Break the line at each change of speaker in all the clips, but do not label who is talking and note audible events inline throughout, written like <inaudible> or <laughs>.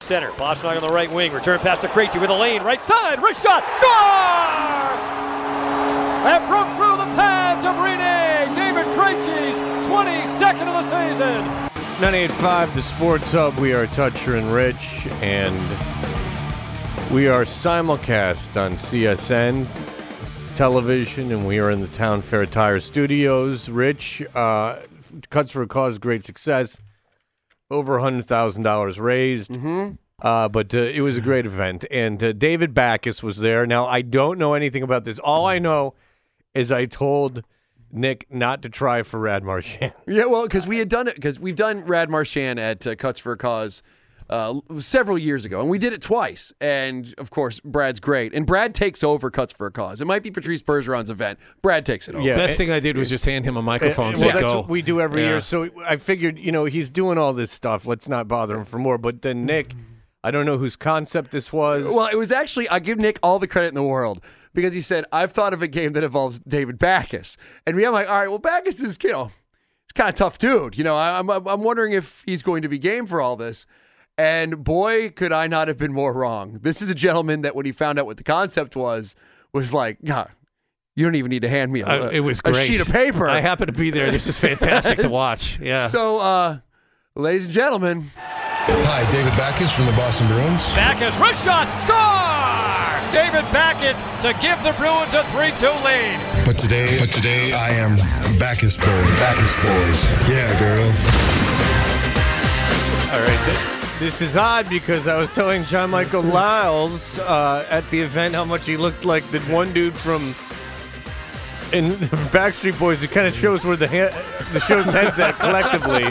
Center, Boschnog on the right wing, return pass to Krejci with a lane, right side, wrist shot, score! And broke through the pads of Rene, David Krejci's 22nd of the season.
985 The Sports Hub. We are Toucher and Rich, and we are simulcast on CSN television, and we are in the Town Fair Tire Studios. Rich, uh, Cuts for a Cause, great success. Over $100,000 raised. Uh, but uh, it was a great event. And uh, David Backus was there. Now, I don't know anything about this. All I know is I told Nick not to try for Rad Marchand.
Yeah, well, because we had done it because we've done Rad Marchand at uh, Cuts for a Cause uh, l- several years ago, and we did it twice. And of course, Brad's great, and Brad takes over Cuts for a Cause. It might be Patrice Bergeron's event. Brad takes it over.
Yeah.
Best thing I did was just hand him a microphone. and
well,
say,
that's
go.
what we do every
Yeah.
year. So I figured, you know, he's doing all this stuff. Let's not bother him for more. But then Nick, I don't know whose concept this was.
Well, it was actually I give Nick all the credit in the world because he said I've thought of a game that involves David Backus, and we I'm like, all right, well, Backus is you know, It's kind of tough, dude. You know, I, I'm I'm I'm wondering if he's going to be game for all this. And boy, could I not have been more wrong. This is a gentleman that when he found out what the concept was, was like, God, you don't even need to hand me a,
Uh, it was
a
great.
sheet of paper.
I happen to be there. This <laughs> is fantastic to watch. Yeah.
So, uh, ladies and gentlemen,
Hi, David Backus from the Boston Bruins.
Backus, wrist shot, score! David Backus to give the Bruins a 3-2 lead.
But today, but today, I am Backus Boys. Backus Boys. Yeah, girl.
all right. th- this is odd because I was telling John
<laughs>
Michael Lyles uh, at the event how much he looked like the one dude from in <laughs> Backstreet Boys. It kind of shows where the ha- the show's heads at
<laughs>
collectively.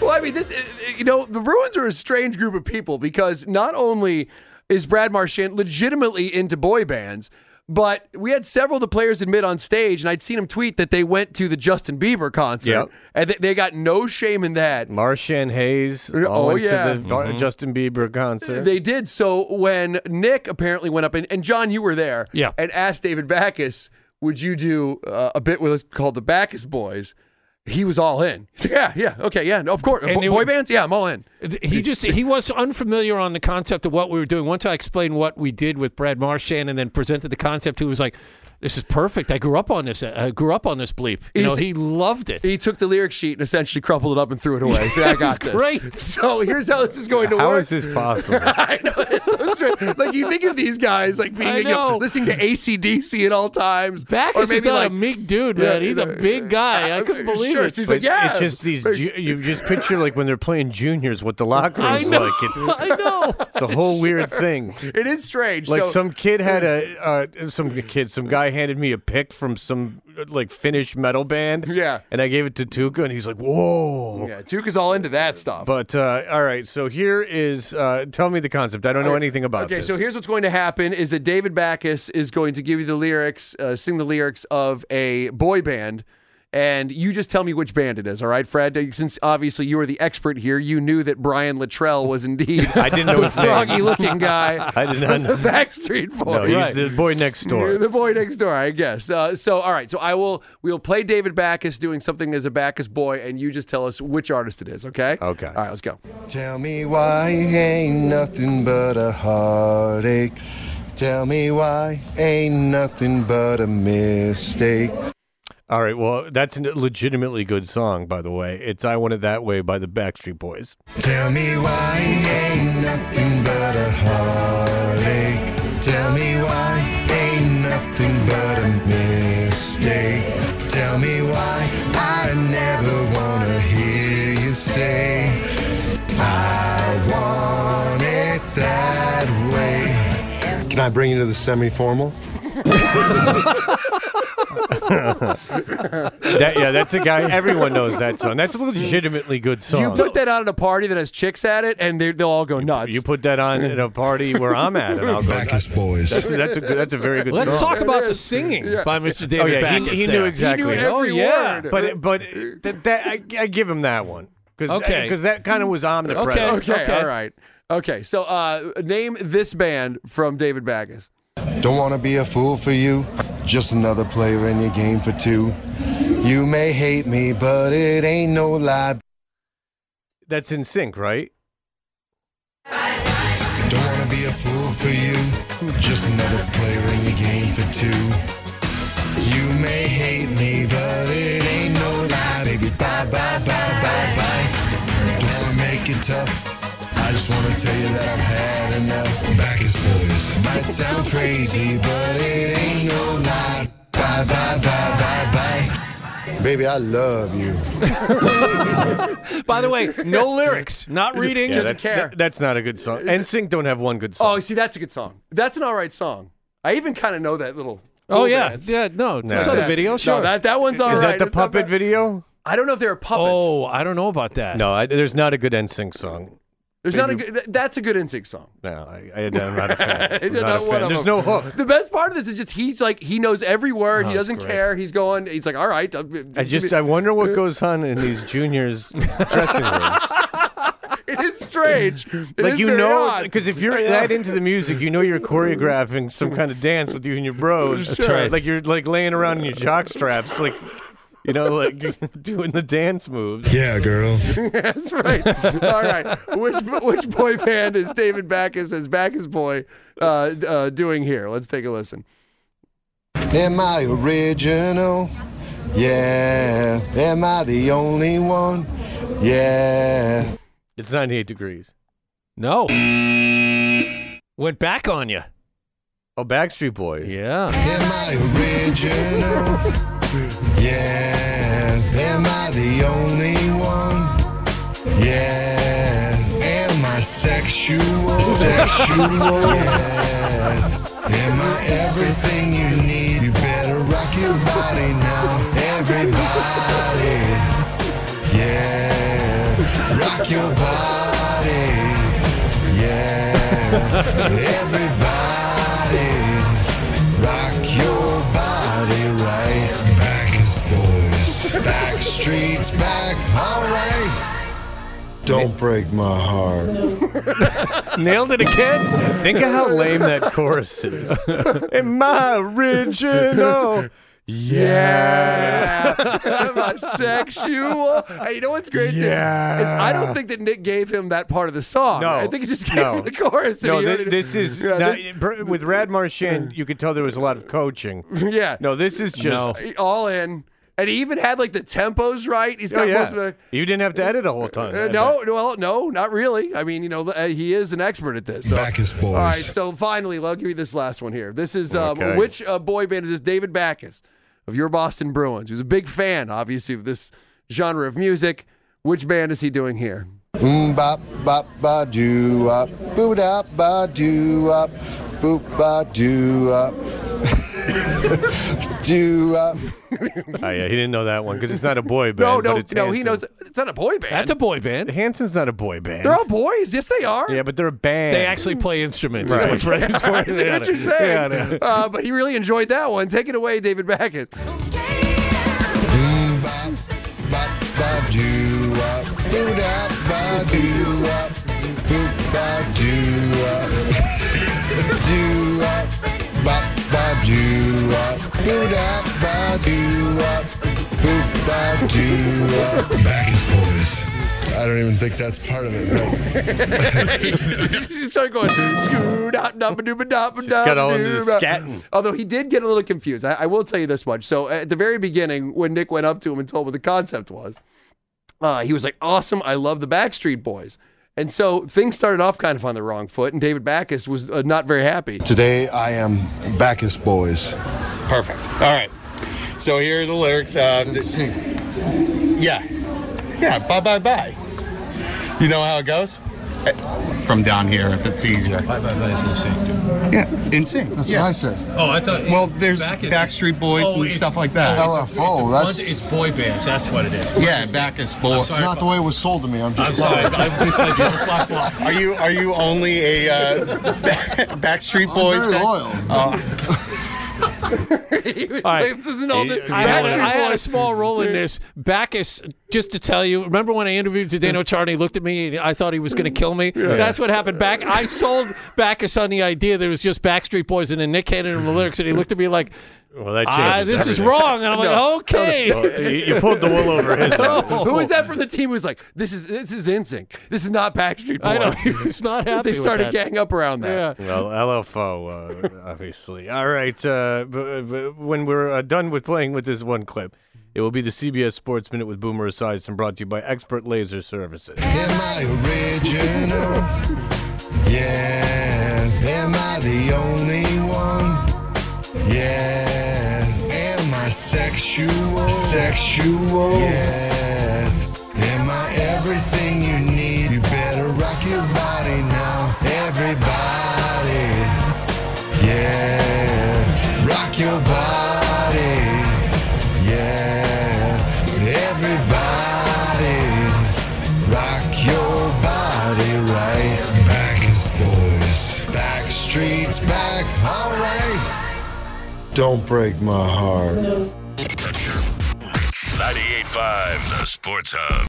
Well, I mean, this uh, you know, the Bruins are a strange group of people because not only is Brad Marchand legitimately into boy bands, but we had several of the players admit on stage, and I'd seen him tweet that they went to the Justin Bieber concert,
Yep.
and they, they got no shame in that.
Mm,
Marshan Hayes. all
Oh,
went
yeah.
To the Bar- Justin Bieber concert.
They did. So when Nick apparently went up, and, and John, you were there,
Yeah.
and asked David Backus, would you do uh, a bit with us called the Backus Boys? He was all in. He's like, yeah, yeah, okay, yeah, no, of course.
And
Bo-
they
boy
were-
bands? Yeah, I'm all in.
he just he was unfamiliar on the concept of what we were doing. Once I explained what we did with Brad Marchand and then presented the concept, he was like, "This is perfect. I grew up on this. uh, I grew up on this bleep." You know,
He's-
he loved it.
He took the lyric sheet and essentially crumpled it up and threw it away.
<laughs>
So I got
It
this.
was
<laughs>
great.
So here's how this is going to
How
work.
is this possible?
<laughs> I know it's so strange. Like you think of these guys like being
I
you know,
know.
listening to ACDC at all times. or
Backus is
maybe
not
like
a meek dude,
Yeah,
man. He's a big
<laughs>
guy. <laughs> I couldn't believe
sure,
it.
He's
But
like, yeah.
It's just these. Ju- you just picture like when they're playing juniors, what the locker
I
room's
know.
like. It's,
<laughs>
I know.
it's a whole weird thing.
it is strange.
Like
so,
some kid had a uh, some kid, some guy handed me a pick from some uh, like Finnish metal band.
Yeah.
and I gave it to Tuca, and he's like, "Whoa!"
yeah, Duke is all into that stuff.
But uh, all right, so here is. Uh, tell me the concept. I don't know anything about.
Okay,
this.
so here's what's going to happen is that David Backus is going to give you the lyrics, uh, sing the lyrics of a boy band, and you just tell me which band it is, all right, Fred? Since obviously you are the expert here, you knew that Brian Luttrell was indeed
<laughs> I didn't know
the
his name.
froggy looking guy.
<laughs> I did not
the
know.
Backstreet Boy.
No, he's the boy next door.
The boy next door, I guess. Uh, so, all right. So, I will. We will play David Backus doing something as a Backus boy, and you just tell us which artist it is. Okay.
Okay.
All right. Let's go.
Tell me why ain't nothing but a heartache. Tell me why ain't nothing but a mistake.
All right, well, that's a legitimately good song, by the way. It's "I Want It That Way" by the Backstreet Boys.
Tell me why ain't nothing but a heartache. Tell me why ain't nothing but a mistake. Tell me why I never wanna hear you say I want it that way. Can I bring you to the semi-formal?
That, yeah, that's a guy. Everyone knows that song. That's a legitimately good song.
You put that out at a party that has chicks at it, and they- they'll all go nuts.
You put that on at a party where I'm at, and I'll go. That's,
Backus boys.
that's a good, that's a very good.
Let's
song.
talk about the singing by Mr. David
Oh yeah, he,
Backus.
he knew
there.
exactly.
knew every
oh yeah,
word.
but but that, that I, I give him that one because
Okay.
that kind of was omnipresent.
Okay.
okay, all right. Okay, so uh, name this band from David Backus.
Don't want to be a fool for you, just another player in your game for two. You may hate me, but it ain't no lie.
That's in sync, right?
be a fool for you. Just another player in the game for two. You may hate me, but it ain't no lie, baby. Bye, bye, bye, bye, bye. Don't wanna make it tough. I just wanna tell you that I've had enough. Back is boys. Might sound crazy, but it ain't no lie. Bye, bye, bye, bye, bye. Baby, I love you.
By the way, no lyrics, <laughs> not reading.
Yeah, that's,
care.
that- that's not a good song. And Sync don't have one good song.
Oh, see, that's a good song. That's an all right song. I even kind of know that little.
oh
little
yeah,
dance.
yeah. No,
No.
I saw the
Yeah.
video. Sure.
No, that that one's all right.
Is that the
Oh, It's not
puppet
bad.
video?
I don't know if there are puppets.
oh, I don't know about that.
No, I, there's not a good NSYNC song.
there's not a good. th- That's a good instinct song.
No, I, I, I'm not a
<laughs>
fan. I'm
You're
not a
not one
fan.
of
There's
them.
no hook.
The best part of this is just he's like he knows every word. he
it's
doesn't
great.
care. He's going. He's like, all right. uh,
Oh, I just I wonder what goes on in these juniors' dressing rooms.
<laughs> it is strange.
<laughs>
It
Like
is
you
very
know,
odd.
because if
<laughs>
you're that into the music, you know you're choreographing some kind of dance with you and your bros.
That's Sure. right.
Like you're like laying around in your jock straps, like you know, like <laughs> you're doing the dance moves.
Yeah, girl.
That's right. All right. Which which boy band is David Backus as Backus Boy uh, d- uh, doing here? Let's take a listen.
Am I original? Yeah. Am I the only one? Yeah.
It's 98 degrees.
no. Went back on you.
Oh, Backstreet Boys.
Yeah.
Am I original? Yeah. Am I the only one? Yeah. Am I sexual? Sexual. Yeah. Am I everything you need? You better rock your body now, everybody. Yeah. Rock your body. Yeah. Everybody. Rock your body right. Back is boys. Back streets back. All right. Don't break my heart.
Nailed it again. Think of how lame that chorus
<laughs>
is. Am I original? Yeah.
I'm a sexual. Hey, you know what's great? too,
Yeah.
is I don't think that Nick gave him that part of the song.
No.
I think he just gave
No.
him the chorus. and
No,
he
thi-
heard it.
this is
Yeah,
not,
this-
br- with Rad Marchand. You could tell there was a lot of coaching.
yeah.
No, this is
No.
just.
He- all in. And he even had like the tempos right. He's
Oh,
got most of
yeah.
the.
You didn't have to edit a whole time.
Uh, no, well, no, not really. I mean, you know, uh, he is an expert at this. So.
Backus Boys.
All right, so finally, I'll give you this last one here. This is um,
Okay.
which uh, boy band is this? David Backus of your Boston Bruins. He was a big fan, obviously, of this genre of music. Which band is he doing here?
Boom bop bop ba doo up. Boo da ba doo up. Boop ba doo up. <laughs> doo up.
Oh, yeah, he didn't know that one because it's not a boy band.
<laughs> No,
but
no,
it's
no. He
Hanson.
knows it's not a boy band.
That's a boy band.
Hanson's not a boy band.
They're all boys. Yes, they are. <laughs>
yeah, but they're a band.
They actually play instruments.
Right.
Is what Fred's
<laughs>
I see what you're saying. Uh, but he really enjoyed that one. Take it away, David Backus.
Boom bop bop ba doo up. Boo da ba doo up. Boop ba doo up. Doo up. Bop ba doo up. Boo da ba doo up. Boop ba doo up. Back is boys. I don't even think that's part of it. But
you start going scoot up dop a doop a dop a dop
got all into
doop,
the
dop.
scatting.
Although he did get a little confused. I, I will tell you this much. So at the very beginning, when Nick went up to him and told him what the concept was, uh, he was like, "Awesome! I love the Backstreet Boys." And so things started off kind of on the wrong foot, and David Backus was uh, not very happy. <laughs>
today I am Backus Boys.
Perfect. All right. So here are the lyrics. Uh, th- yeah. Yeah. Bye bye bye. You know how it goes? Uh, From down here, if it's easier.
Bye bye bye is insane.
Yeah. Insane.
That's
yeah.
what I said.
Oh, I thought.
Well, there's
Back is-
Backstreet Boys
Oh,
and
it's-
stuff like that.
oh, it's-
LFO,
it's,
that's-
a bunch- it's boy bands. That's what it is.
yeah, Backus Boys.
sorry.
Not the way it was sold to me. I'm
I'm
just
sorry. I'm misled you. That's my fault.
<laughs> Are you are you only a uh, <laughs> Backstreet Boys?
very
guy?
loyal.
he was
All right.
like, "This isn't all the
I had, a, I
Backstreet
had a
Boys."
small role in this. Backus, just to tell you, remember when I interviewed Zdeno Char and he looked at me and I thought he was going to kill me? That's what happened back. I sold Backus on the idea that it was just Backstreet Boys and then Nick handed him the lyrics and he looked at me like,
Well, that
Ah,
changes.
this is
everything.
wrong. And
<laughs>
I'm
No.
like, okay.
Well, you, you pulled the wool over
<laughs>
his
<laughs>
eyes.
Who is that from the team who's like, this is this is NSYNC. This is not Backstreet Boys.
I <laughs> know. He's not happy
they started
with that.
gang up around that.
Yeah.
Well, LFO, uh, obviously. All right. Uh, b- b- when we're uh, done with playing with this one clip, it will be the CBS Sports Minute with Boomer Esiason, brought to you by Expert Laser Services.
Am I original? Yeah. Am I the only one? Yeah. Am I sexual? Sexual? Yeah. Am I everything you need? You better rock your body now, everybody. Yeah. Rock your body. Yeah. Everybody. Rock your body right. Back is boys. Back streets back. All right. Don't break my heart.
98.5 The Sports Hub.